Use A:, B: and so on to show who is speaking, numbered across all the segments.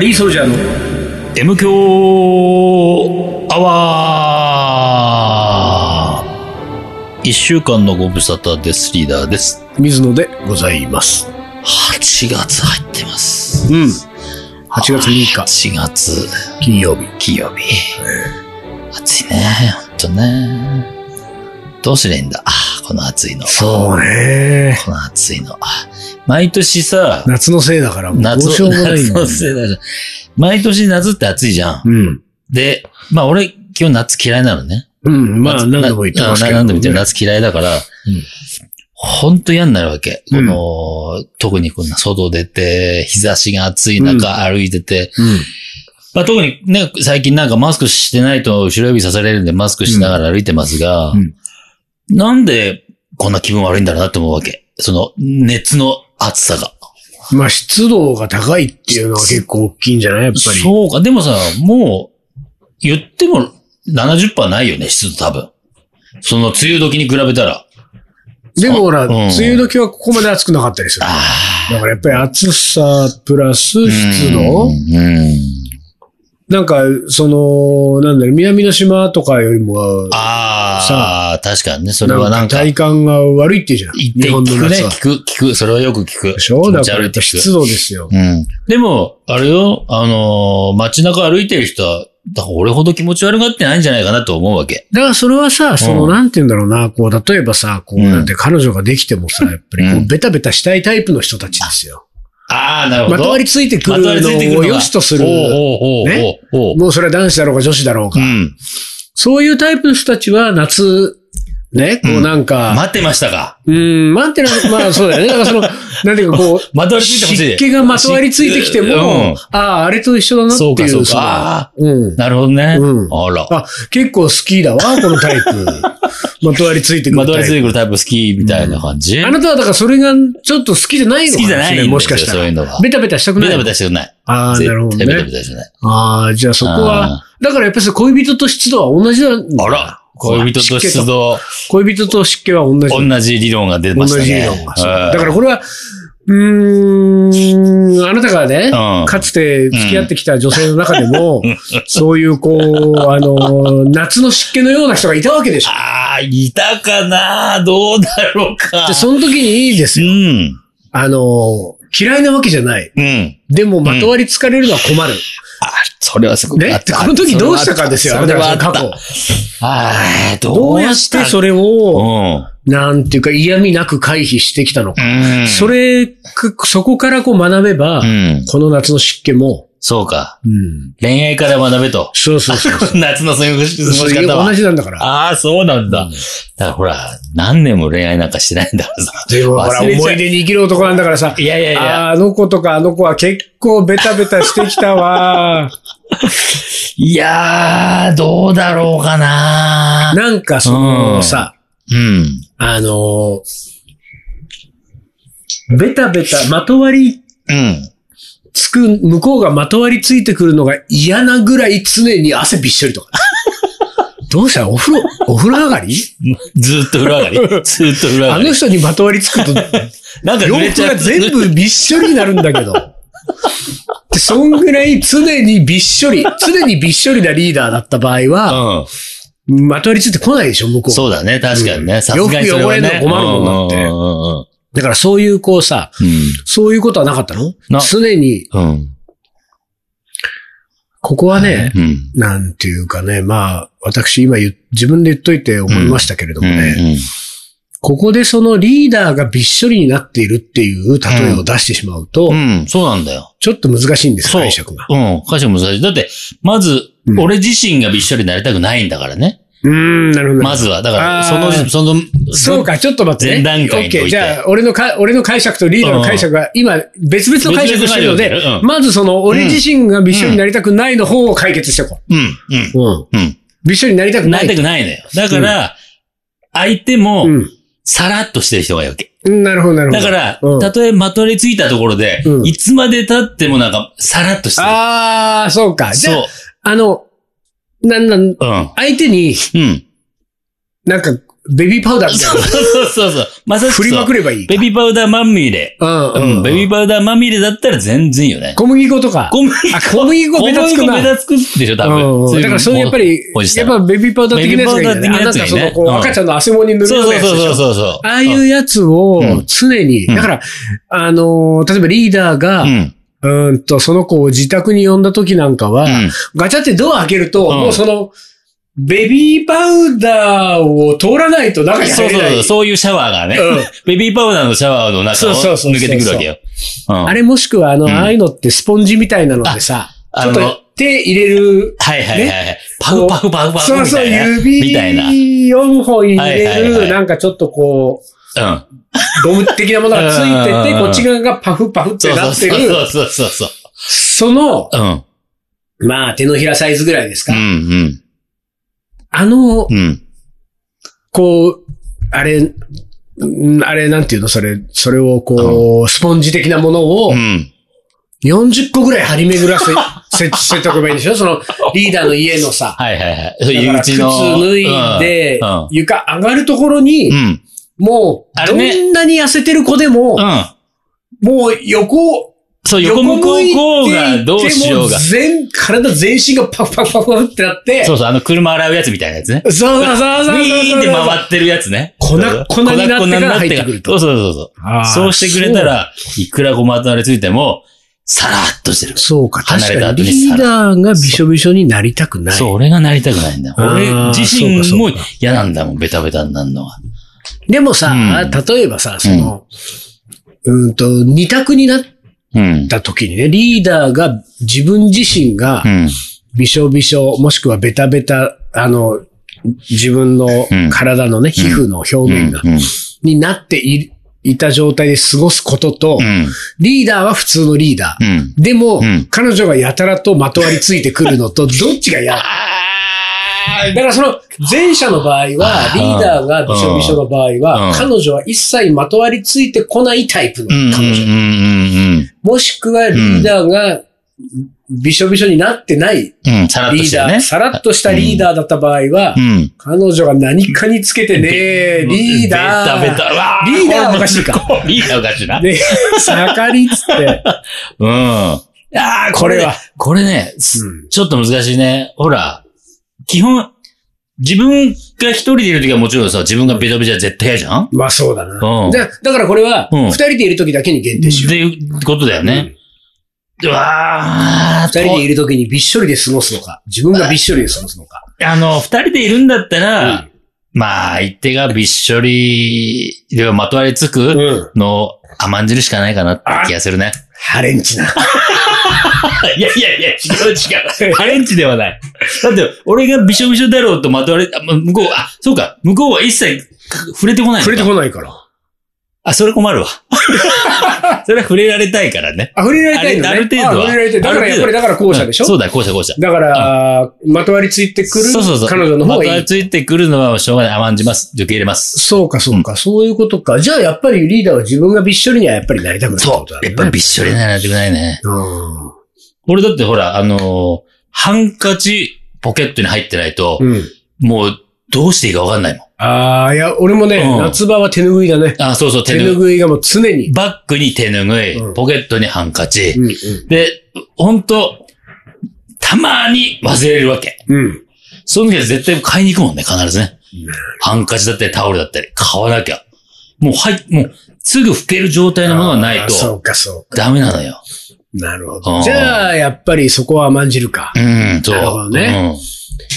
A: リーソルジャーの
B: M 強アワー一週間のご無沙汰です。リーダーです。
A: 水野でございます。
B: 8月入ってます。
A: うん。8月3日、
B: 4月、
A: 金曜日。
B: 金曜日。暑いね。ほんとね。どうすりゃいいんだ。この暑いの。
A: そうね。
B: この暑いの。毎年さ、
A: 夏のせいだから、もうどうしようも ないん
B: 夏
A: だ
B: のせいだじゃん。毎年夏って暑いじゃん。
A: うん。
B: で、まあ俺、基本夏嫌いなのね。
A: うん、まあ
B: 夏
A: 何度も言ってますけど。
B: な何度も言ってる夏嫌いだから、ほんと嫌になるわけ。こ
A: うん
B: の、特にこんな外出て、日差しが暑い中歩いてて、
A: うん。
B: まあ特にね、最近なんかマスクしてないと後ろ指刺されるんでマスクしながら歩いてますが、
A: うん
B: なんでこんな気分悪いんだろうなって思うわけ。その、熱の暑さが。
A: まあ湿度が高いっていうのは結構大きいんじゃないやっぱり。
B: そうか。でもさ、もう、言っても70%ないよね、湿度多分。その、梅雨時に比べたら。
A: でもほら、
B: うん
A: 梅雨時はここまで暑くなかったりする。
B: あ
A: だからやっぱり暑さプラス湿度
B: うん。
A: なんか、その、なんだろう、南の島とかよりも、
B: ああ、確かにね。それはなんか、
A: 体
B: 言
A: 感が悪いって言うじゃん。
B: って
A: 日本の
B: 聞く
A: 夏。
B: ね
A: は。
B: 聞く、聞く。それはよく聞く。
A: でしょ
B: 気持
A: だ
B: ち
A: から
B: 悪い
A: や
B: っ
A: ってぱ
B: 聞
A: 湿
B: く。
A: 度ですよ。
B: うん。でも、あれよ、あのー街中歩いてる人は、だから俺ほど気持ち悪がってないんじゃないかなと思うわけ。
A: だからそれはさ、その、
B: うん
A: なんて言うんだろうな、こう、例えばさ、こう、
B: うん
A: なんて彼女ができてもさ、やっぱりこう、
B: うん
A: ベタベタしたいタイプの人たちですよ。
B: ああ、なるほど。
A: まとわりついてくる
B: まとわりついて
A: の
B: くる
A: を
B: のが
A: 良しとする。
B: おうおうおうおう
A: ね
B: おう
A: もうそれは男子だろうが女子だろう
B: う
A: が。
B: ん。
A: そういうタイプの人たちは夏、ね、こうなんか、
B: 待ってましたか。
A: うん、待ってな、まあそうだよね。だからそ の、なんていうかこう、
B: まとわりついてほしい。
A: 湿気がまとわりついてきて
B: う
A: も
B: ん、
A: ああ、あれと一緒だなってい
B: そう
A: う。
B: かそう
A: その
B: か。あ
A: うん
B: ー。なるほどね。
A: うん
B: あら。
A: あ、結構好きだわ、このタイプ。 まとわりついてく
B: ま
A: る
B: とわ
A: タ
B: りつ
A: イ
B: いてくるタイプ好きみたいな感じ。
A: プ。あなたはだからそれがちょっと好きじゃないの
B: 好
A: かもし
B: きじ
A: れ
B: ゃな
A: ない
B: んです
A: い。
B: よ
A: もしかした
B: そういうのは
A: ら。。ベタベタしたくな
B: ベ
A: い。
B: タベタしてない。
A: ああ、なるほど
B: 絶対ベタ
A: ね
B: ベ。タしてない。
A: ああ、じゃあそこは、だからやっぱり恋人と湿度は同じなんだ。
B: あら、恋人と湿度、
A: 恋人と湿気は同じ。
B: 同じ理論が出
A: 同
B: ました
A: じ
B: ね。
A: 理論が。そうだかららこれは、うーん、あなたがね、
B: うん
A: かつて付き合ってきた女性の中でも、そういうこう、あの、夏の湿気のような人がいたわけでしょ。
B: ああ、いたかなどうだろうか。
A: で、その時にいいです
B: う
A: よ。
B: ん。
A: あの、嫌いなわけじゃない。
B: うん。
A: でも、まとわりつかれるのは困る。
B: あ、それはすごくあ
A: ね
B: っ。
A: で
B: た。
A: この時どうしたかですよ、
B: それはあ
A: あ
B: っ
A: なた
B: た。
A: がその過去。
B: ああ、ど
A: どう
B: う
A: や
B: や
A: っ
B: って
A: て
B: そ
A: そ
B: れ
A: れ
B: う
A: を、
B: ん。
A: なんていうか嫌味なく回避してきたのか。
B: うん。
A: それ、くそこからこう学べば
B: う、ん。
A: この夏の湿気も、
B: そうか。
A: うん。
B: 恋愛から学べと。
A: そうそうそうそう。
B: 夏の過ごし
A: そ
B: 過ご
A: う
B: し方
A: 同
B: は。
A: じなんだから。
B: ああ、そうなんだ。
A: うん
B: だからほら、何年も恋愛なんかしてないんだからさ。
A: でも、ほら、
B: 忘れちゃう
A: 思い出に生きる男なんだからさ。
B: いやいやいや。
A: あーあの子とかあの子は結構ベタベタしてきた わ。
B: いやー、どうだろうかな
A: なんかそのさ、
B: うん。
A: あのーベタベタ、まとわり
B: うん。
A: つく、向こうがまとわりついてくるのが嫌なぐらい常に汗びっしょりと か。どうしたお風呂、お風呂上がり
B: ずーっと風呂 上がり。ずーっと風呂
A: あ
B: 上がり
A: の。人にまとわりつくと、
B: なんか
A: 洋
B: 濡れ
A: 服
B: ちゃ
A: が
B: う。
A: 全部びっしょりになるんだけど。でそんぐらい常にびっしょり、常にびっしょりなリーダーだった場合は、
B: う
A: まとわりついてこないでしょ、向こ
B: ん。
A: う。
B: そうだね。確かにね。さすがにそれは
A: 洋
B: ね。
A: 服汚れるの困るだからそういうこうさ、
B: うんうん
A: そういうことはなかったの
B: な
A: 常に、
B: うん。うん。
A: ここはね、
B: うん。
A: なんていうかね、まあ、私今言う自分で言っといて思いましたけれども
B: う
A: ね、
B: ん。
A: ここでそのリーダーがびっしょりになっているっていう例えを出してしまうと、
B: うん。うん。そうなんだよ。
A: ちょっと難しいんです、
B: そう
A: 解釈が。
B: うん。歌詞も難しい。だって、まず
A: う、ん
B: 俺自身がびっしょりになりたくないんだからね。
A: うーん、なるほど。
B: まずは。だから、そ
A: あ
B: の、
A: ー
B: その、
A: そうか、ちょっと待って、ね。
B: 前段階におい
A: オ
B: て
A: ッケーじゃあ、俺のか、俺の解釈とリーダーの解釈が、今、別々の解釈をしてるので、
B: 別々の解釈だようん
A: まずその、俺自身がびっしょになりたくないの方を解決していこ
B: うん。うん。
A: う。うん。
B: うん。
A: びっしょになりたくな
B: なり
A: い。
B: たくないのよ。だから、相手も、さらっとしてる人がいいわけ。
A: うん。なるほど、なるほ
B: だ
A: ど。
B: から
A: うん、
B: たとえまとりついたところで
A: う、ん
B: いつまで経ってもなんか、さらっとしてる。
A: あー、そうか。じゃ
B: そ
A: あ、あの、なんなん、
B: う。うん。
A: 相手に、
B: うん。
A: なんか、ベビーパウダーみたい
B: そう
A: な。
B: そうそうそう。まさしくそう
A: 振りまくればいい。
B: ベビーパウダーまみれ。
A: うん
B: う
A: うん
B: ん、ベビーパウダーまみれだったら全然いいよね。
A: 小麦粉とか。
B: 小麦
A: あ小麦粉
B: 粉
A: 目立つくな
B: 目
A: い。
B: 立つくでしょ、多
A: うん
B: 分。
A: だからそういうやっぱり
B: おじ、さ
A: やっ
B: ん
A: ぱベビーパウダー的なやつがいいんだよね。あな
B: ベビーパウダ
A: んか
B: ー的なやつ
A: そ
B: がいいね
A: の、こう
B: うん
A: 赤ちゃんの汗もに塗る
B: そ
A: よ
B: う
A: うな
B: そう
A: やつでしょ。
B: そうそうそう。
A: ああいうやつを
B: うん
A: 常に、
B: うん
A: だから、あのー、例えばリーダーが、
B: う。
A: うんーんと、その子を自宅に呼んだ時なんかは、
B: うん
A: ガチャってドア開けると、
B: うん
A: もうその、ベビーパウダーを通らないと中に
B: そう
A: 入れ
B: そう
A: ない。
B: そう、そういうシャワーがね、
A: うん
B: ベビーパウダーのシャワーの中を
A: そうそうそうそう
B: 抜けてくるわけよ。うん
A: あれもしくは、あの、
B: うん
A: ああいうのってスポンジみたいなのでさ、
B: あ
A: ちょっ
B: あの
A: と手入れる、
B: はいはいはいはい。パフパフパフパフ
A: そう
B: みた
A: そう、
B: いな。
A: 指
B: みたいな。
A: 4本入
B: は
A: れ
B: いはいは
A: る、
B: い
A: なんかちょっとこう、
B: うん。
A: ゴム的なものがついて
B: う
A: て、
B: ん
A: こっち側がパフパフっ
B: そ
A: て
B: うそ
A: な
B: う
A: って
B: そう
A: る、
B: そうそうそう。
A: その、
B: うん。
A: まあ手のひらサイズぐらいです
B: う
A: か。
B: ん
A: あの
B: うん。、うん。
A: こう、あれ、んあれなんていうのそれ、それをこう、スポンジ的なものを
B: うん。
A: 40個ぐらい張り巡らせ、せ、せとけばいいんでしょそのリーダーの家のさ。
B: はいはいはい。そう
A: だか
B: いう
A: ら
B: う
A: 靴
B: ちの。
A: 脱いで
B: うんうん、
A: 床上がるところに
B: う、ん。
A: も
B: あ
A: う、ど
B: れね
A: んなに痩せてる子でも
B: う、ん。
A: もう横、
B: そう、横向こうこうがどうしようが
A: 横。向いていても全、体全身がパフパフパフってなって、
B: そうそう、あの車洗うやつみたいなやつね。
A: そうそうそうそう
B: ウ
A: そう。
B: ィーンって回ってるやつね。
A: 粉粉になってから入ってくると
B: そうそうそう
A: あー
B: そう。そうしてくれたら、いくらごまとなりついても、さらっとしてる。
A: そうか、
B: 離
A: 確
B: れ
A: か
B: た
A: に
B: 後に
A: リーダーがびしょびしょになりたくない。
B: そう、俺がなりたくないんだよ。
A: あー
B: 俺自身
A: そう
B: も
A: かそうか
B: 嫌なんだもん、ベタベタになるのは。
A: でもさ、
B: うん
A: 例えばさ、その、うん、と、二択になっ
B: うん。
A: た時にね、リーダーが自分自身が
B: うん。
A: びしょびしょ、もしくはベタベタ、あの、自分の
B: うん
A: 体のね、皮膚の表面が、
B: うん。
A: になっていいた状態で過ごすことと、
B: うん。
A: リーダーは普通のリーダー。
B: うん。
A: でも、
B: うん
A: 彼女がやたらとまとわりついてくるの と、どっちが嫌だからその、前者の場合は、リーダーがびしょびしょの場合
B: う
A: は、
B: ん
A: 彼女は一切まとわりついてこないタイプの
B: うん。うん。うん
A: 彼女。。
B: うん
A: もしくはリーダーがびしょびしょになってない
B: うん。うん。さらっと
A: リ
B: し
A: ー
B: てる
A: ダー、
B: ね。
A: さらっとしたリーダーだった場合は
B: う、ん。
A: 彼女が何かにつけてね、リーダー。
B: ベタベタ。うわ
A: リーダーはおかしいか。
B: リーダーおかしいな。
A: ね、盛りっつって。
B: うん。ああ、
A: これは。
B: これね、す
A: うん
B: ちょっと難しいね。ほら、基本、自分が一人でいるときはもちろんさ、自分がベタベタは絶対嫌じゃん
A: まあそうだ
B: う
A: な。
B: ん
A: だだからこれは、
B: うん
A: 二人でいる時だけに限定しよう。
B: っていうことだよね。うわー
A: 二人でいるときにびっしょりで過ごすのか、自分がびっしょりで過ごすのか。
B: とあの、二人でいるんだったら、
A: うん
B: まあ、相手がびっしょり、ではまとわりつ
A: う
B: く
A: ん。
B: のを甘んじるしかないかなって気がするね。
A: ハレンチな。
B: いやいやいや、違う違う。ハレンチではない。だって、俺がびしょびしょだろうとまとわれ、あま向こう、あ、そうか、向こうは一切触れてこないのか
A: 触れてこないから。
B: あ、それ 困るわ。それは触れられたいからね。
A: 溢れられたいのね。
B: あれある程度は
A: あ溢れられたい。だからやっぱりだから後者でしょ
B: うんそうだ、後者後者。
A: だから、まとわりついてくる
B: そうそうそう。
A: 彼女の方が
B: まと
A: い
B: わ
A: い
B: り。ついてくるのはしょうがない。甘んじます。受け入れます。
A: そうか、そうか。そういうことか。じゃあ、やっぱりリーダーは自分がびっしょりにはやっぱりなりたくないってことだね。
B: やっぱりびっしょりにならないといけないね。
A: うん。
B: 俺だってほら、あのーハンカチポケットに入ってないと、
A: うん。
B: もうどうしていいかわかんないもん。
A: ああ、いや、俺もね、
B: うん
A: 夏場は手拭いだね。
B: あ、そうそう、手
A: 手
B: ぬぐ
A: 拭いがもう常に。
B: バッグに手ぬぐい、
A: うん
B: ポケットにハンカチ。
A: うん、
B: で、ほんと、たまに忘れるわけ。
A: うん。うん。
B: その時は絶対買いに行くもんね、必ずね。ハンカチだったりタオルだったり、買わなきゃ。もう、はい、もう、すぐ拭ける状態のものがない
A: あーそ
B: と、
A: うか、そうか。
B: ダメなのよ。
A: なるほ
B: う
A: ど。
B: ん
A: じゃあ、やっぱりそこは甘んじるか。
B: うん、そう。
A: なるほどね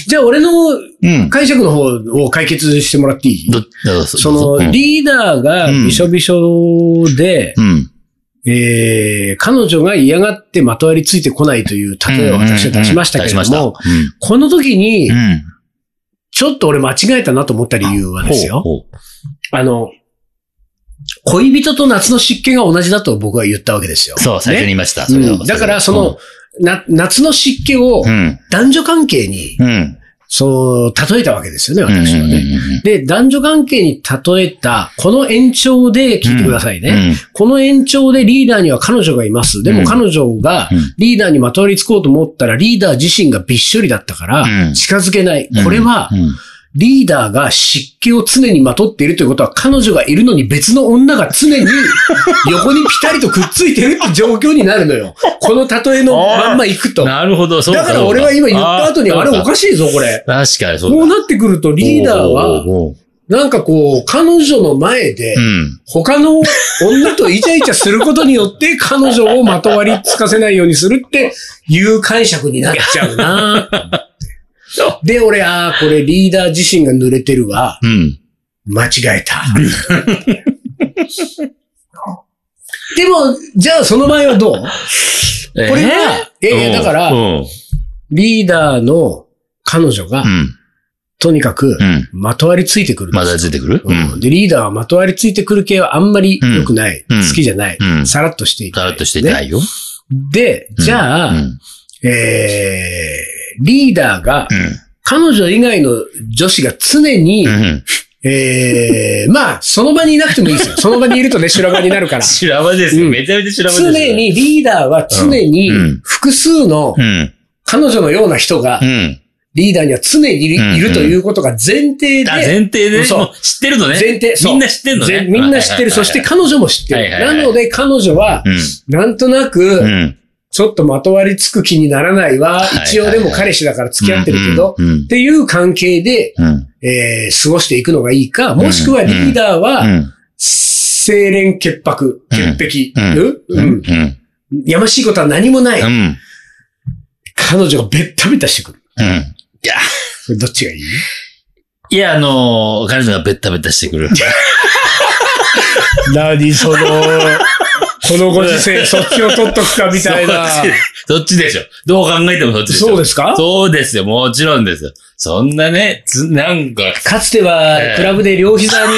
A: じゃあ、俺の
B: うん。うん。
A: 解釈の方を解決してもらっていい
B: ど、どうぞ
A: そ
B: どうぞ
A: の、リーダーがびしょびしょで、
B: うん。
A: えー彼女が嫌がってまとわりついてこないという例えを私は出しましたけれども、
B: う
A: この時に
B: ん。う、ん。
A: ちょっと俺間違えたなと思った理由はですよ。
B: ほうほ
A: あの、恋人と夏の湿気が同じだと僕は言ったわけですよ。
B: うそう、最初に言いました。それ
A: ねうん
B: は
A: だから、その、、な、夏の湿気を
B: うん。
A: 男女関係に、
B: うん。うん
A: そう、例えたわけですよね、
B: うんうん
A: 私は
B: うん
A: ね。で、男女関係に例えた、この延長で、聞いてくださいね。
B: うん
A: この延長でリーダーには彼女がいます。で
B: う
A: も
B: ん
A: 彼女が
B: うん
A: リーダーにまとわりつこうと思ったら、リーダー自身がびっしょりだったから
B: う、ん
A: 近づけない。これは
B: う、ん
A: リーダーが湿気を常にまとっているということは、彼女がいるのに別の女が常 に横にピタリとくっついてるって状況になるのよ。この例えのまんま行くと。だ
B: なるほど、そうか。
A: から俺は今言った後に、あれお
B: しい。
A: かしいぞ、これ。
B: 確かにそう
A: こ
B: だ
A: うなってくるとリーダーは、
B: おうおうおう
A: なんかこう、彼女の前で
B: う、ん。
A: 他の女とイチャイチャすることによって彼女をまとわりつかせないようにするっていう解釈になっちゃう なで、俺、ああ、これリーダー自身が濡れてるわ。
B: うん。
A: 間違えた。 でも、じゃあその場合はどう
B: こ
A: これは、ええだから
B: うん。
A: リーダーの彼女が
B: う、ん。
A: とにかく
B: う、ん。
A: まとわりついてくるんで
B: ます
A: よ。
B: だ出てくるう
A: うん
B: ん。
A: で、リーダーはまとわりついてくる系はあんまり良くない。
B: うん
A: 好きじゃない。
B: うん
A: さらっとしていた
B: だ
A: い
B: らっとしてな
A: ね
B: いよ。
A: で、じゃあ、
B: うん。
A: えー、リーダーが
B: う、
A: 彼女以外の女子が常に、
B: ん。うん。
A: えー、まあ、その場にいなくてもいい ですよ。その場にいるとね、修羅場になるから。
B: 修羅場ですよ。
A: うん
B: めちゃめちゃ修羅場ですよ。
A: 常。に、リーダーは常に
B: うんうん、
A: 複数の
B: うん。
A: 彼女のような人が
B: う、ん。
A: リーダーには常にいる,、
B: うんうん
A: ということが前提で、
B: あ、前提で、
A: そう
B: もう知ってるのね。
A: 前提そう
B: みんな知ってんのね
A: ぜ。みんな知ってる。そして彼女も知って
B: はい
A: る。
B: はいはい
A: なので彼女は、
B: う
A: なんとなく、
B: ん。うん。
A: ちょっとまとわりつく気にならないわ。
B: いはいはい
A: 一応でも彼氏だから付き合ってるけど、
B: うんうん
A: っていう関係で、
B: うん。
A: えー過ごしていくのがいいか、もしくはリーダー
B: う
A: は、
B: ん。
A: 清廉潔白、潔
B: うん
A: 癖、うん
B: うん。うん。うん。
A: うんやましいことは何もない。
B: うん。
A: 彼女がべったべたしてくる。
B: うん。
A: それどっちがいい
B: いや、あのー、彼女がベッタベタしてくる。
A: 何その、 このご時世、そっちを取っとくかみたいな。
B: そっちでしょ。どう考えてもそっちでしょ。
A: そうですか
B: そうですよ。もちろんですよ。そんなね、つ、なんか、
A: かつては
B: ええ、
A: クラブで両膝に、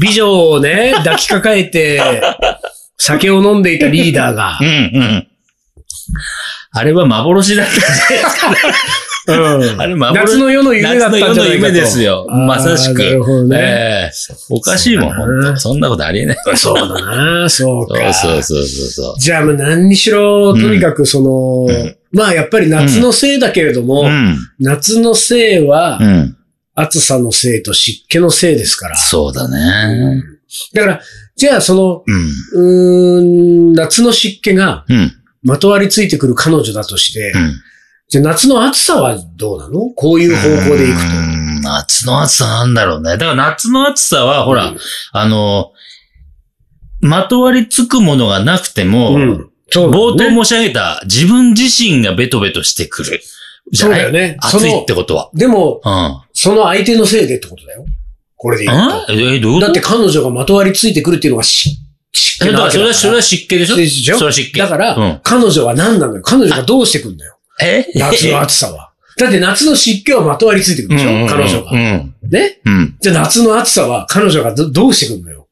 A: 美女を ね、抱きかかえて、酒を飲んでいたリーダーが
B: う、ん、うん。あれは幻だったんじゃないですか
A: うん
B: あれ幻
A: 夏の夜の 夢だったんじゃないかと
B: 夏の夜の夢ですよまさしく
A: あーなるほどね。
B: ええおかしいもん、
A: そうだな
B: 本当そんなことありえない。
A: そうだな、そう
B: そう
A: か。
B: そうそうそう。
A: じゃあ、まあ何にしろ、とにかくその、
B: うん
A: まあやっぱり夏のせいだけれども、
B: うん。
A: 夏のせいは
B: う、ん。
A: 暑さのせいと湿気のせいですから。
B: そうだね。
A: だから、じゃあその、
B: う
A: うーん、
B: ん。
A: 夏の湿気が、
B: うん。
A: まとわりついてくる彼女だとして、
B: うん。
A: じゃあ夏の暑さはどうなのこういう方向でいくと。
B: うん夏の暑さなんだろうね。だから夏の暑さは、ほら、
A: うん
B: あの、まとわりつくものがなくても、
A: うん。そうだよ
B: 冒
A: ね
B: 頭申し上げた、自分自身がベトベトしてくる。じ
A: そ
B: ゃ
A: う
B: ない
A: だよね。そ
B: 暑いっ
A: の
B: て、ことは。
A: でも、
B: うん。
A: その相手のせいでってことだよ。これでいい
B: あ
A: と。
B: え、どういうこと
A: だって彼女がまとわりついてくるっていうのがし湿
B: え
A: 気
B: だ
A: な
B: か
A: わ
B: ら
A: けだか
B: それは、
A: ら。
B: それは湿気でしょ
A: でしょ
B: それは湿気。
A: だから、
B: うん
A: 彼女は何なのよ。彼女がどうしてくんだよ。
B: え
A: 夏の暑さは。だって夏の湿気はまとわりついてくるでしょ、彼女が。
B: うん。
A: ね
B: うん。
A: じゃあ夏の暑さは彼女がどどうしてくんだよ。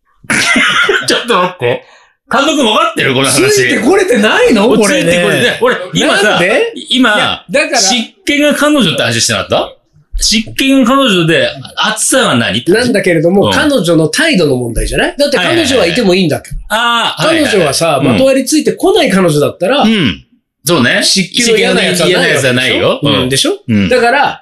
B: ちょっと待って。監督分かってるこの
A: つ
B: 話。
A: いてこれてないの
B: もう
A: こ
B: つ
A: れ
B: い
A: ね。
B: てこれね。俺、今
A: なん
B: さ、
A: でいや
B: 今、
A: だから、
B: 湿気が彼女って話してなかった湿気が彼女で、暑さが何って
A: なんだけれども、
B: うん
A: 彼女の態度の問題じゃないだって彼女はいてもいいんだけど。
B: ああ、いいい
A: 彼女はさ、
B: うん
A: まとわりついてこない彼女だったら
B: う、ん。そうね。
A: 湿気の嫌なやつは
B: 嫌
A: な
B: ないやつはないよ。う
A: うん
B: ん。
A: でしょ
B: うん
A: だから、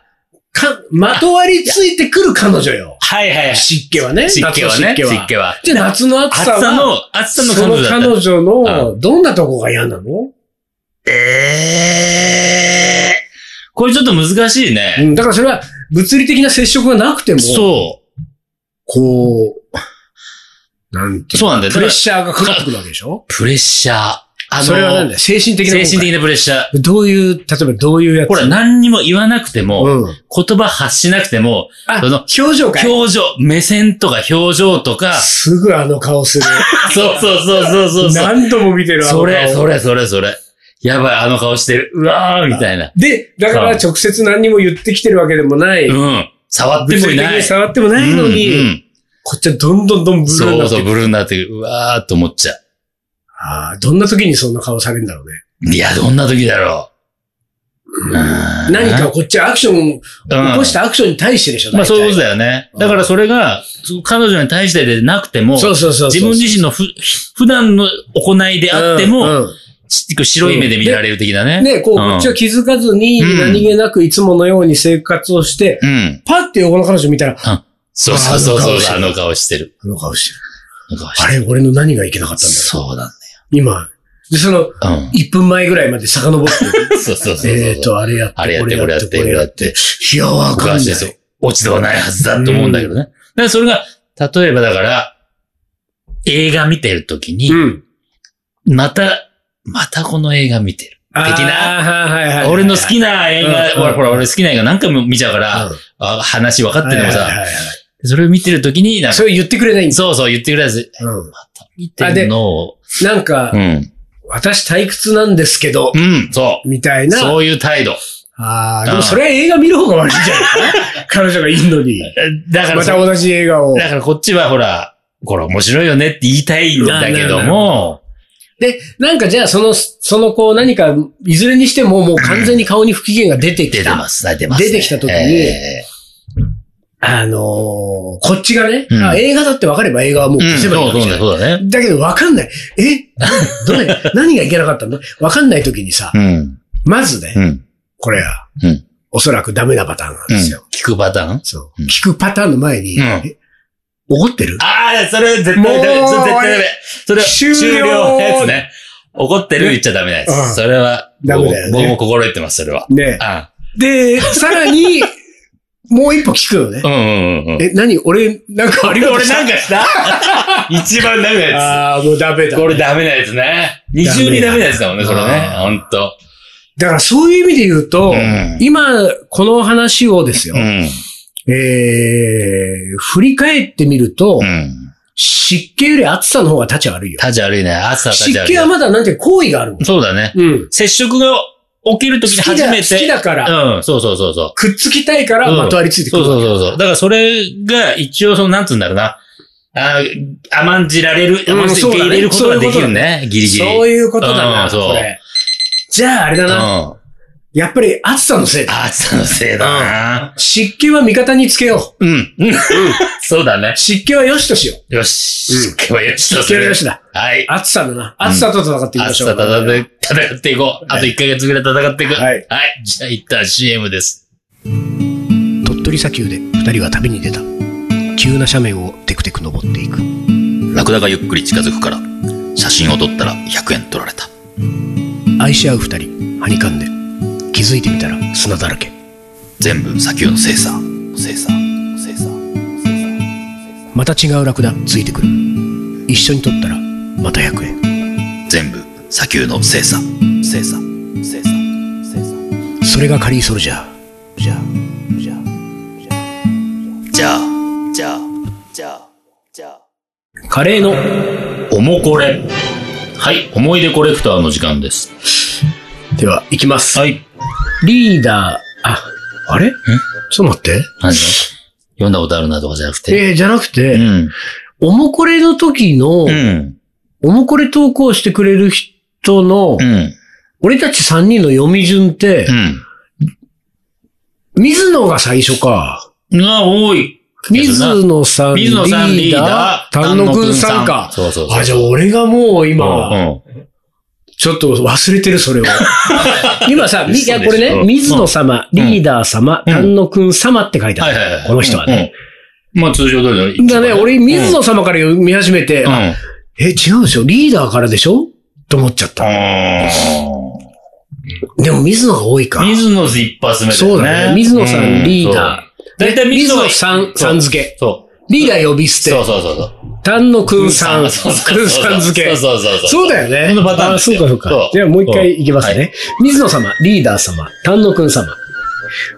A: か、まとわりついてくる彼女よ。
B: はいはいはい。
A: 湿気はね。
B: 湿気はね。
A: 夏の
B: 湿気は。
A: じゃあ夏の暑
B: 暑
A: さ
B: さ
A: は、
B: の、暑さ
A: そ
B: の
A: の
B: 彼女だった
A: 彼。女
B: う
A: の、どんなとこが嫌なの
B: ええー。これちょっと難しいうね。
A: ん、だからそれは、物理的な接触がなくても、
B: そ
A: こう、なんて
B: う。
A: いうの
B: そうなんだよ。
A: プレッ
B: だか
A: シャーがかかってくるわけでしょ
B: らプレッシャー。あの、
A: それはなんだよ精神的なもん
B: 精
A: か
B: 神的なプレッシャー。
A: どういう、例えばどういうやつ
B: ほら、何にも言わなくても、
A: うん。
B: 言葉発しなくても、
A: あ、
B: その
A: 表情かい。
B: 表情、目線とか表情とか、
A: すぐあの顔する。
B: そうそうそうそうそうそう。
A: 何度も見てるあの顔。
B: それ、それ、それ、それ。やばい、あの顔してる。うわー、みたいな。
A: で、だから直接何にも言ってきてるわけでもない。
B: うん。触ってもい
A: 物理的
B: ない。
A: に触ってもないのに、
B: うんうん
A: こっちはどんどんどんブルーに
B: そ
A: な
B: う
A: って
B: そ
A: く
B: う、
A: る
B: ブルーになってくる。うわーっと思っちゃ
A: ああ、どんな時にそんな顔されるんだろうね。
B: う。いや、どんな時だろう。
A: 何
B: 何
A: かこっちはアクション、起こしたアクションに対してでしょ、
B: まあそういうこと
A: よ。
B: だよね
A: う。ん
B: だからそれが、彼女に対してでなくても、
A: そうそうそうそう。
B: 自分自身のふ普段の行いであっても、
A: うんうん
B: し白い目で見られる的なね。
A: ね、こう、こっちは気づかずに、
B: うん
A: 何気なくいつものように生活をして、
B: うん。
A: パッて横の彼女見たら、
B: そうそうそうそう、
A: あ
B: あ
A: の
B: の顔してる。
A: あの顔してる。
B: あの顔して
A: あ
B: る。
A: れ、俺の何がいけなかったんだろう。
B: そうだ
A: 今。で、その、
B: ね。
A: 1分前ぐらいまで遡っ
B: うん。 そうそうそうそう。
A: て、えーと、あれやって、
B: あれやって、これやって、これやっ。て。
A: いや、わかんない。
B: そう。落ち度はないはずだと思うんだけどね。だからそれが、例えばだから、映画見てるときに、
A: ん。
B: また、またこの映画見てる。
A: あー
B: 的
A: はいはいはい
B: 俺の好きな
A: は
B: 映
A: いは
B: 画
A: い、
B: ほらほら、俺好きな映画何回も見ちゃうから、
A: うん
B: あ話分かってても
A: はいはい
B: さ、
A: はいはい
B: それを見てるときに、なんか
A: それ言ってくれないんです。
B: そうそう言ってくれず、
A: う
B: また見てるのを、
A: ん。なんか
B: う、ん。
A: 私退屈なんですけど
B: う、ん、そ。
A: みたいうな。
B: そういう態度。
A: ああ、で
B: う
A: も
B: ん
A: それは映画見る方が悪いんじゃな い彼女がいいのに。
B: だか
A: ま
B: ら
A: た
B: そ、
A: 同じ映画を。
B: だからこっちはほら、これ面白いよねって言いたいんだけども、
A: で、なんかじゃあその、そのこう何か、いずれにしてももう完全に顔に不機嫌が出て
B: 出
A: き
B: て
A: た。
B: ます、出てます。
A: 出てきた時に
B: え
A: あのーこっちがね、
B: うん
A: あ映画だって分かれば映画はもう
B: ーうん
A: 消せばいい
B: そ
A: わ
B: う
A: けじ
B: そう
A: ゃん
B: だ、そうだね。
A: だけど分かんない。えどれ何がいけなかったの分かんない時にさ
B: う、ん。
A: まずね
B: う、ん。
A: これは
B: うん、
A: おそらくダメなパターンなん
B: うん
A: ですよ。
B: 聞くパターン
A: そう
B: うん
A: 聞くパターンの前に、
B: うん
A: え怒ってる
B: ああ、それ絶対
A: もう
B: ダメ。それ絶対ダメ。それは
A: 終了
B: 終了のやつね。怒ってる言っちゃダメなや
A: うん
B: つ。それは、
A: ダメだよね
B: 僕僕も心得てます、それは。
A: ね
B: あ
A: で、さらに、 もう一歩聞くよね
B: う。んうんうんうん。
A: え、何俺、なんか悪いこと
B: 俺
A: した
B: なんかした 一番ダメなや
A: ああ、もうダメ
B: つ。
A: だ。
B: これダメなやつね。二重にダメなやつだもんね、それね。
A: あ
B: ほんと。
A: だからそういう意味で言うと、
B: うん
A: 今、この話をですよ、
B: うん。
A: えー、振り返ってみると、
B: うん。
A: 湿気より暑さの方が立ち悪いよ。
B: 立ち悪いね。朝立ち
A: 湿
B: 悪
A: 気
B: い
A: は。まだなんて好意があるもん。
B: そうだね。
A: うん。
B: 接触が起きると
A: 好
B: きに
A: き
B: 初
A: だ
B: め
A: 好き
B: て。
A: だから、
B: うん、そうそうそうそう。
A: くっつきたいから
B: うん
A: まとわりついてく
B: そう
A: る。
B: そうそうそう。だからそれが一応その、なんつうんだろうな。あー甘んじられる、甘んじて受け入れることができるね。ギリギリ。
A: そういうことだ
B: う
A: な、
B: んそう
A: これ。じゃああれだ
B: うん。
A: な、
B: あ
A: やっぱり暑さのせいだ。
B: ーそのせいだな。
A: 湿気は味方につけよう。
B: うん。うん。 そうだね。
A: 湿気は良しとしよう。
B: よし。
A: うん
B: 湿気はよしと
A: 湿
B: す
A: 気は
B: る
A: 良。しだ。
B: はい。
A: 暑さだな。暑さと戦っていきま
B: 暑
A: しょう。
B: さ戦って、戦っていこう。あと1ヶ月ぐらい戦っていく。
A: は
B: はいい。じゃあ一旦 CM です。
A: 鳥取砂丘で二人は旅に出た。急な斜面をテクテク登っていく。
C: ラクダがゆっくり近づくから写真を撮ったら100円取られた
A: 愛し合う二人、はにかんで。気づいてみたら砂だらけ。
C: 全部砂丘の精査精査精査
A: また違うラクダついてくる。一緒に撮ったらまた100円。
C: 全部砂丘の精査精査精査精査
A: それがカリーソルジャー。
C: じゃあじゃあじゃあじゃあじゃあじゃあ
A: カレーの。
B: おもこれ。はい。思い出コレクターの時間です。
A: では、いきます。
B: はい。
A: リーダー、あ、あれちょっと待って。
B: 何だ読んだことあるなとかじゃなくて。
A: えー、じゃなく
B: う
A: て、
B: ん。
A: おもこれの時の
B: う、ん。
A: おもこれ投稿してくれる人の
B: う、ん。
A: 俺たち三人の読み順って
B: う、ん。
A: 水野が最初か。
B: が多い。
A: 水野さん、
B: 水野さん
A: リー
B: リー
A: ダ
B: ダ
A: ー、
B: ー、
A: 丹野くんさんか。
B: そうそうそう。
A: あ、じゃあ俺がもう
B: う
A: 今、
B: ん
A: ちょっと忘れてる、それ を。今さ、みいや、これ
B: そうでし
A: ね、
B: ょ
A: 水野様、
B: ん
A: リーダー様、
B: うん
A: 丹野くん様って書いてあ
B: はい
A: る。
B: はいはい。
A: この人はね
B: うん。まあ通常通りの一番ね。
A: だね、俺、水
B: うん
A: 野様から読み始めて、
B: うん。
A: あ
B: あ
A: え、違うでしょリーダーからでしょと思っちゃった。
B: ー
A: でも水野が多いか。
B: 水野一発目だ
A: そ
B: よね。
A: うだね水野さん
B: う
A: リーダ
B: ー。だいたい水
A: 水
B: 野
A: 野
B: が
A: さん、さん付け。
B: そう。
A: リーダー呼び捨
B: そう
A: て。
B: そうそうそう。
A: 丹野くんさん、くん
B: そうそうそう
A: さん付け。
B: そうそうそう。
A: そうだよね。
B: このパターン
A: あ
B: です
A: そう
B: よ
A: かそうか
B: そう。
A: じゃあもう一回いきますね、
B: は
A: 水野様、リーダー様、丹野くん様。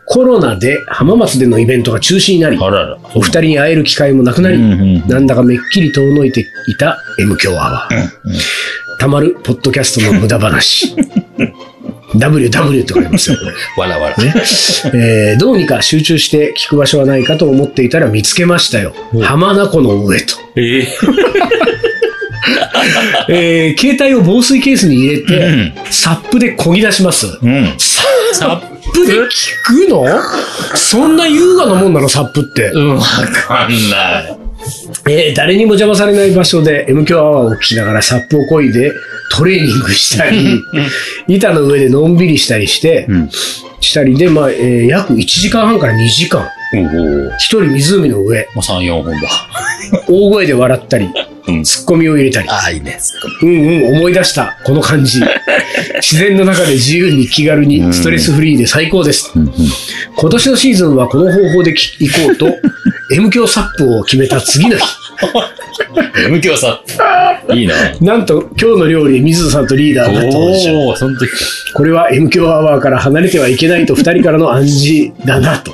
A: コロナで浜松でのイベントが中止になり、
B: あらら。
A: お二人に会える機会もなくなり、
B: うんうん
A: なんだかめっきり遠のいていた M 強アワー。たまるポッドキャストの無駄 話。WW って書いてますよ、これ。
B: わらわら。
A: えーどうにか集中して聞く場所はないかと思っていたら見つけましたよ。浜名湖の上 と。
B: ええ。
A: えー携帯を防水ケースに入れて、サップで漕ぎ出します。
B: うん。
A: サップで聞くのそんな優雅なもんなの、サップって。
B: うん、わかんない。
A: えー誰にも邪魔されない場所で M 強アワーを聞きながらサップを漕いでトレーニングしたり、板の上でのんびりしたりして、
B: うん
A: したりで、まあ、えー約1時間半から2時間、
B: おお。
A: 一人湖の上、
B: もう3、4本だ。
A: 大声で笑ったり、
B: うん
A: ツッコミを入れたり、
B: ああ、いいね。
A: うんうん、思い出した、この感 じ。自然の中で自由に気軽に、ストレスフリーで最高です。
B: うんうん。
A: 今年のシーズンはこの方法でき行こう と、M 強サップを決めた次の日。
B: M 強さ。いいな。
A: なんと、今日の料理、水野さんとリーダーが登場。
B: おお、その時か。
A: これは M 強アワーから離れてはいけないと二人からの暗示だな と。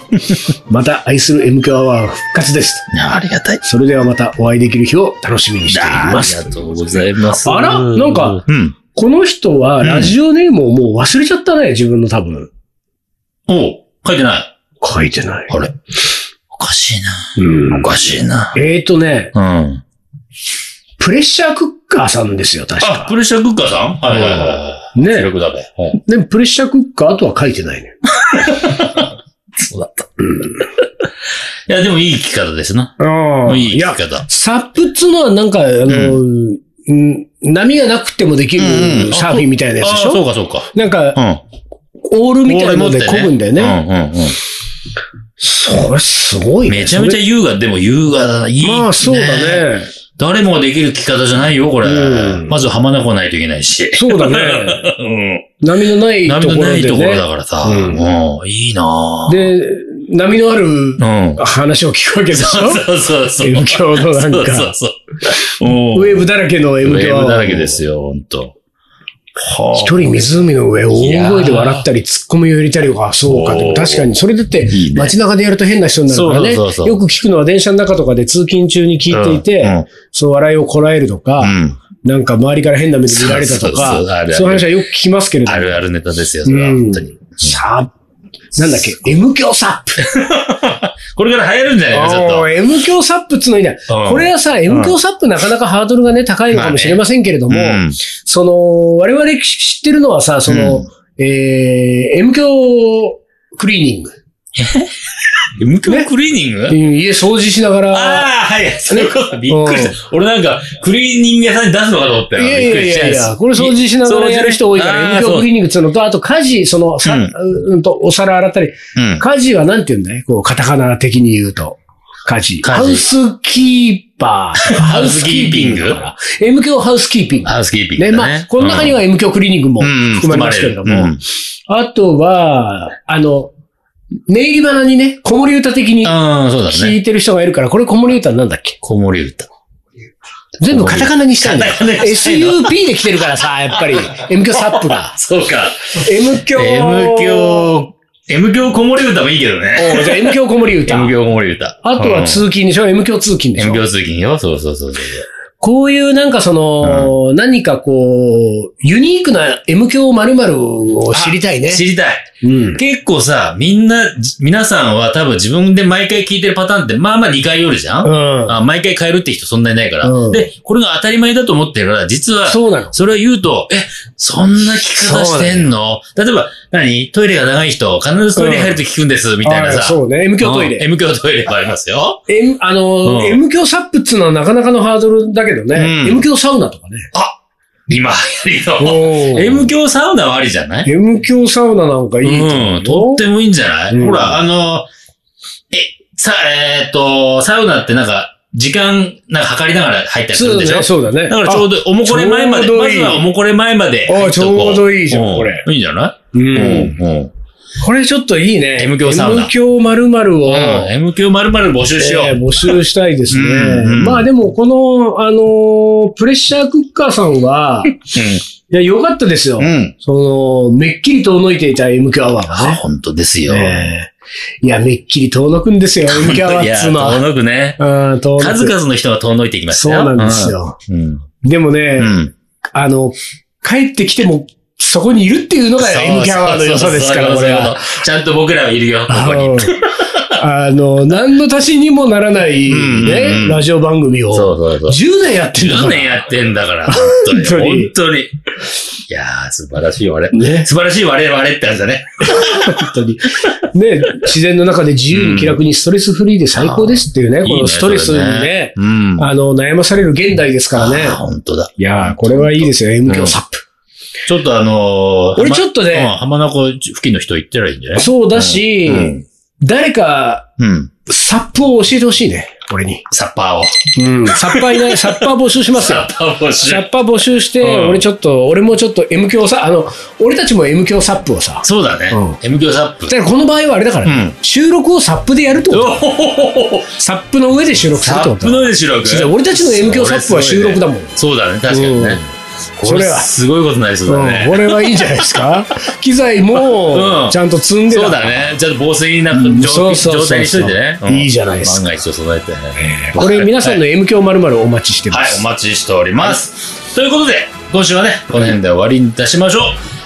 A: また愛する M 強アワー復活です。
B: ありがたい。
A: それではまたお会いできる日を楽しみにしてい
B: あ
A: ま
B: り
A: す
B: が。とうございます。
A: あらなんか、
B: うん。
A: この人はラジオネームをもう忘れちゃったね、自分の多分。
B: おお、書いてない。
A: 書いてない。
B: あれおかしいな。
A: うん
B: お。かしいな。
A: えーとね、
B: うん。
A: プレッシャークッカーさんですよ、確
B: あ、
A: か
B: プ。レッシャークッカーさんはいはいはいはい。
A: ね
B: 記録だべ。うん
A: でもプレッシャークッカーとは書いてないね。
B: そうだった。いや、でもいい聞き方ですな。
A: あ
B: い
A: い
B: い聞
A: や
B: き、方。
A: サップっつうのはなんか、あの、うん波がなくてもできる
B: うんうん
A: サーフィンみたいなやつでし
B: あ
A: ょ、
B: そうかそうか。
A: なんか、
B: うん。
A: オールみたいなので
B: こ
A: 漕
B: れ
A: ぐんだよね。
B: うんうんうん。
A: それすごいね。
B: めちゃめちゃ
A: ゃ
B: 優雅、でも優雅だな。いい、
A: まあそうだね。
B: 誰もができる聞き方じゃないよ、これ。
A: うん
B: まず浜名湖ないといけないし。
A: そうだね。
B: うん。
A: 波のないと
B: 波
A: こ
B: の
A: ろ
B: ないところ
A: で
B: だ
A: ね。
B: からさ。
A: う
B: うんん。いいなぁ
A: で、波のある
B: うん。
A: 話を聞くわけでし
B: そう
A: ょ
B: そうそうそう。
A: M 響のなんか
B: そうそうそう。うん
A: ウェーブだらけの M
B: ウ
A: 響
B: ェーブだらけですよ、ほんと。は
A: 一人湖の上、大声で笑ったり、突っ込みを入れたりが、そうか。でも確かに、それだって
B: いい、ね
A: 街中でやると変な人になるからね。
B: そうそうそうそう
A: よく聞くのは電車の中とかで通勤中に聞いていて、そう笑いをこらえるとか、
B: うん。
A: なんか周りから変な目で見られたとか、
B: そうそうそうあるある
A: そういう話はよく聞きますけれど
B: あ
A: も。
B: るあるネタですよ、それは。
A: うん
B: 本当に。
A: さなんだっけ、M 響サップ。
B: これから流行るんじゃないか、ちょっと
A: お。ー M 響サップっつうのいいな。これはさ、M 響サップなかなかハードルがね、高いのかもしれませんけれども、
B: うん
A: その、我々知ってるのはさ、その、
B: う
A: えー、M 響クリーニング。
B: 無許可クリーニング
A: うん家掃除しながら、
B: ああ、はい。そういうこと、びっくりした。俺なんか、クリーニング屋さんに出すのかと思った
A: い
B: よ。
A: やいやいやいや、これ掃除しながらやる人多いから、M 響クリー
B: ニン
A: ニングっつうのと、あと家事、その、さ
B: うん
A: うんと、お皿洗ったり、
B: グ
A: 家事はなんて言うんだいこう、カタカナ的に言うと。家事。
B: 家
A: ハ
B: 事
A: ウスキーパ ーとか。ハ
B: ウスキーピン
A: ウ
B: グ
A: スキだから M 響ハウスキーピング。
B: ハウスキーピング
A: ね、
B: だね。
A: まあ、この中には M 響クリーニングも
B: うん
A: 含まれますけれども、
B: うん
A: あとは、あの、ネイリバナにね、子守歌的に
B: ああ、そうだ
A: 聴
B: ね。
A: いてる人がいるから、これ子守歌なんだっけ
B: 子守歌。
A: 全部カタカナにしたいんだよ
B: カタカナ。にしたいの
A: SUP で来てるからさ、やっ ぱり、M 響サップが。
B: そうか。
A: M 響。
B: M 響、M 響子守歌もいいけどね。
A: おうじゃあ M 響子守歌。
B: M 響子守歌。
A: あとは通勤でしょ ?M 響通勤でしょ
B: M 響通勤よ。そうそうそうそう。
A: こういうなんかその、何かこう、ユニークな M 響〇〇を知りたいね。
B: 知りたい。
A: うん。
B: 結構さ、みんな、じ皆さんは多分自分で毎回聞いてるパターンって、まあまあ2回よりじゃん、
A: うん。
B: あ毎回変えるって人そんなにないから、
A: うん
B: で、これが当たり前だと思ってるから、実は、
A: そうなの。
B: それを言うと、え、そんな聞き方してんの例えば、何トイレが長い人、必ずトイレ入ると聞くんです、みたいな
A: あ
B: さ。
A: そうね。M 響トイ
B: うん
A: レ。
B: M 響トイレもありますよ。
A: M、あの
B: う
A: ー、
B: ん
A: M 響サップっつうのはなかなかのハードルだけどね。
B: うん
A: M 響サウナとかね。
B: 今流行り
A: M
B: の。M 響サウナはありじゃない
A: M 響サウナなんかいいと思
B: うん、と
A: うよ
B: ってもいいんじゃない、
A: うん
B: ほら、あの、え、さ、えーっと、サウナってなんか、時間、なんか測りながら入ったりする
A: そ
B: ん
A: う
B: でし
A: だ
B: ょ
A: ね。そうだね。
B: だからちょうど、おもこれ前まで、
A: ちょうど
B: ま
A: い
B: ず
A: い
B: はおもこれ前まで入っとこ。
A: あちょうどいいじゃん
B: う
A: これ。
B: いいんじゃない
A: あう
B: う
A: ん。、
B: んうん。
A: これちょっといいね。
B: M 響サウナ
A: M 響〇〇を。
B: うん。MQ00 募集しよ
A: えー
B: う。
A: 募集したいですね。
B: うんうん
A: まあでも、この、あのープレッシャークッカーさん は、いや、良かったですよ。
B: うん。うん。
A: その、めっきり遠のいていた M 響アワーが
B: あ、
A: ね。
B: 本当ですよ。
A: ねいや、めっきり遠のくんですよ、M 響アワ
B: い
A: ーっ
B: や、
A: つう
B: 遠
A: のは。
B: のくね。
A: うん遠のく
B: 数々の人が遠のいていきまし
A: そう
B: たよ。
A: なんですよ。
B: うん。
A: でもね、
B: うん。うん。
A: あの、帰ってきても、そこにいるっていうのが M キャワーの良さですから、
B: そう
A: こ
B: そう
A: れ
B: そうそう
A: は。
B: ちゃんと僕らはいるよ、ここに。
A: あのあの、何の足しにもならない、
B: うんうんう
A: ね、
B: ん
A: ラジオ番組を、
B: そうそうそう。
A: 10年やってんだか
B: 10
A: ら。
B: 年やってんだから、本当に。
A: 本当に
B: 本当に。いやー、素晴らしい我々。
A: ね、
B: 素晴らしい我々ってやつだね。
A: 本当に。ね、自然の中で自由に気楽にストレスフリーで最高ですっていうね、
B: いいね
A: このストレスにね、
B: うん。
A: あの、悩まされる現代ですからね。
B: あー本当だ。
A: いやーこれはいいですよ、M 響サップ。
B: ちょっとあのー、
A: 俺ちょっと
B: うん
A: ね、
B: 浜名湖付近の人行ったらいいんじゃない
A: そうだし、
B: うん
A: 誰か、
B: うん。
A: サップを教えてほしいね、俺に。
B: サッパーを。
A: うん、サッパーい ない、サッパー募集しますよ
B: サ。ッパーをし
A: サッパー募集して、
B: うん
A: 俺ちょっと、俺もちょっと M 響さ、あの、俺たちも M 響サップをさ、
B: そうだね。M 響サップ
A: だ。からこの場合はあれだから、
B: うん
A: 収録をサップでやるってこと
B: お
A: サップの上で収録するって
B: サ
A: こ
B: ッ
A: と
B: プの上で収録
A: それ俺たちの M 響サップは収録だもん
B: そうだね、確かに
A: うん
B: ね。こ
A: それ
B: れ
A: は
B: すごいことになりそうだ
A: うん、
B: ね。
A: これはいいんじゃないです か機材も
B: うん
A: ちゃんと積んでた
B: そうだね。ちょっと防水な
A: うんそ
B: 状
A: うそうそうそう
B: 状態にしといてね。う
A: いいじゃないですか
B: 万が一を備えて。
A: これ皆さんの M 響まるまるお待ちしてま
B: はい、
A: す、
B: お待ちしております。ということで、今週はね、この辺で終わりにいたしましょう。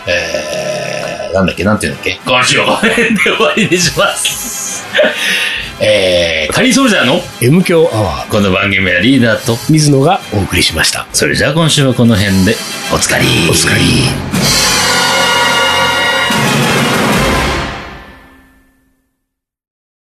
B: えー、なんだっけ、なんていうんだっけ。今週はこの辺で終わりにします。 えー、カリーソルジャーの
A: M 響アワー
B: この番組はリーダーと、
A: 水野がお送りしました
B: それじゃあ今週はこの辺で、おつかり。おつかり。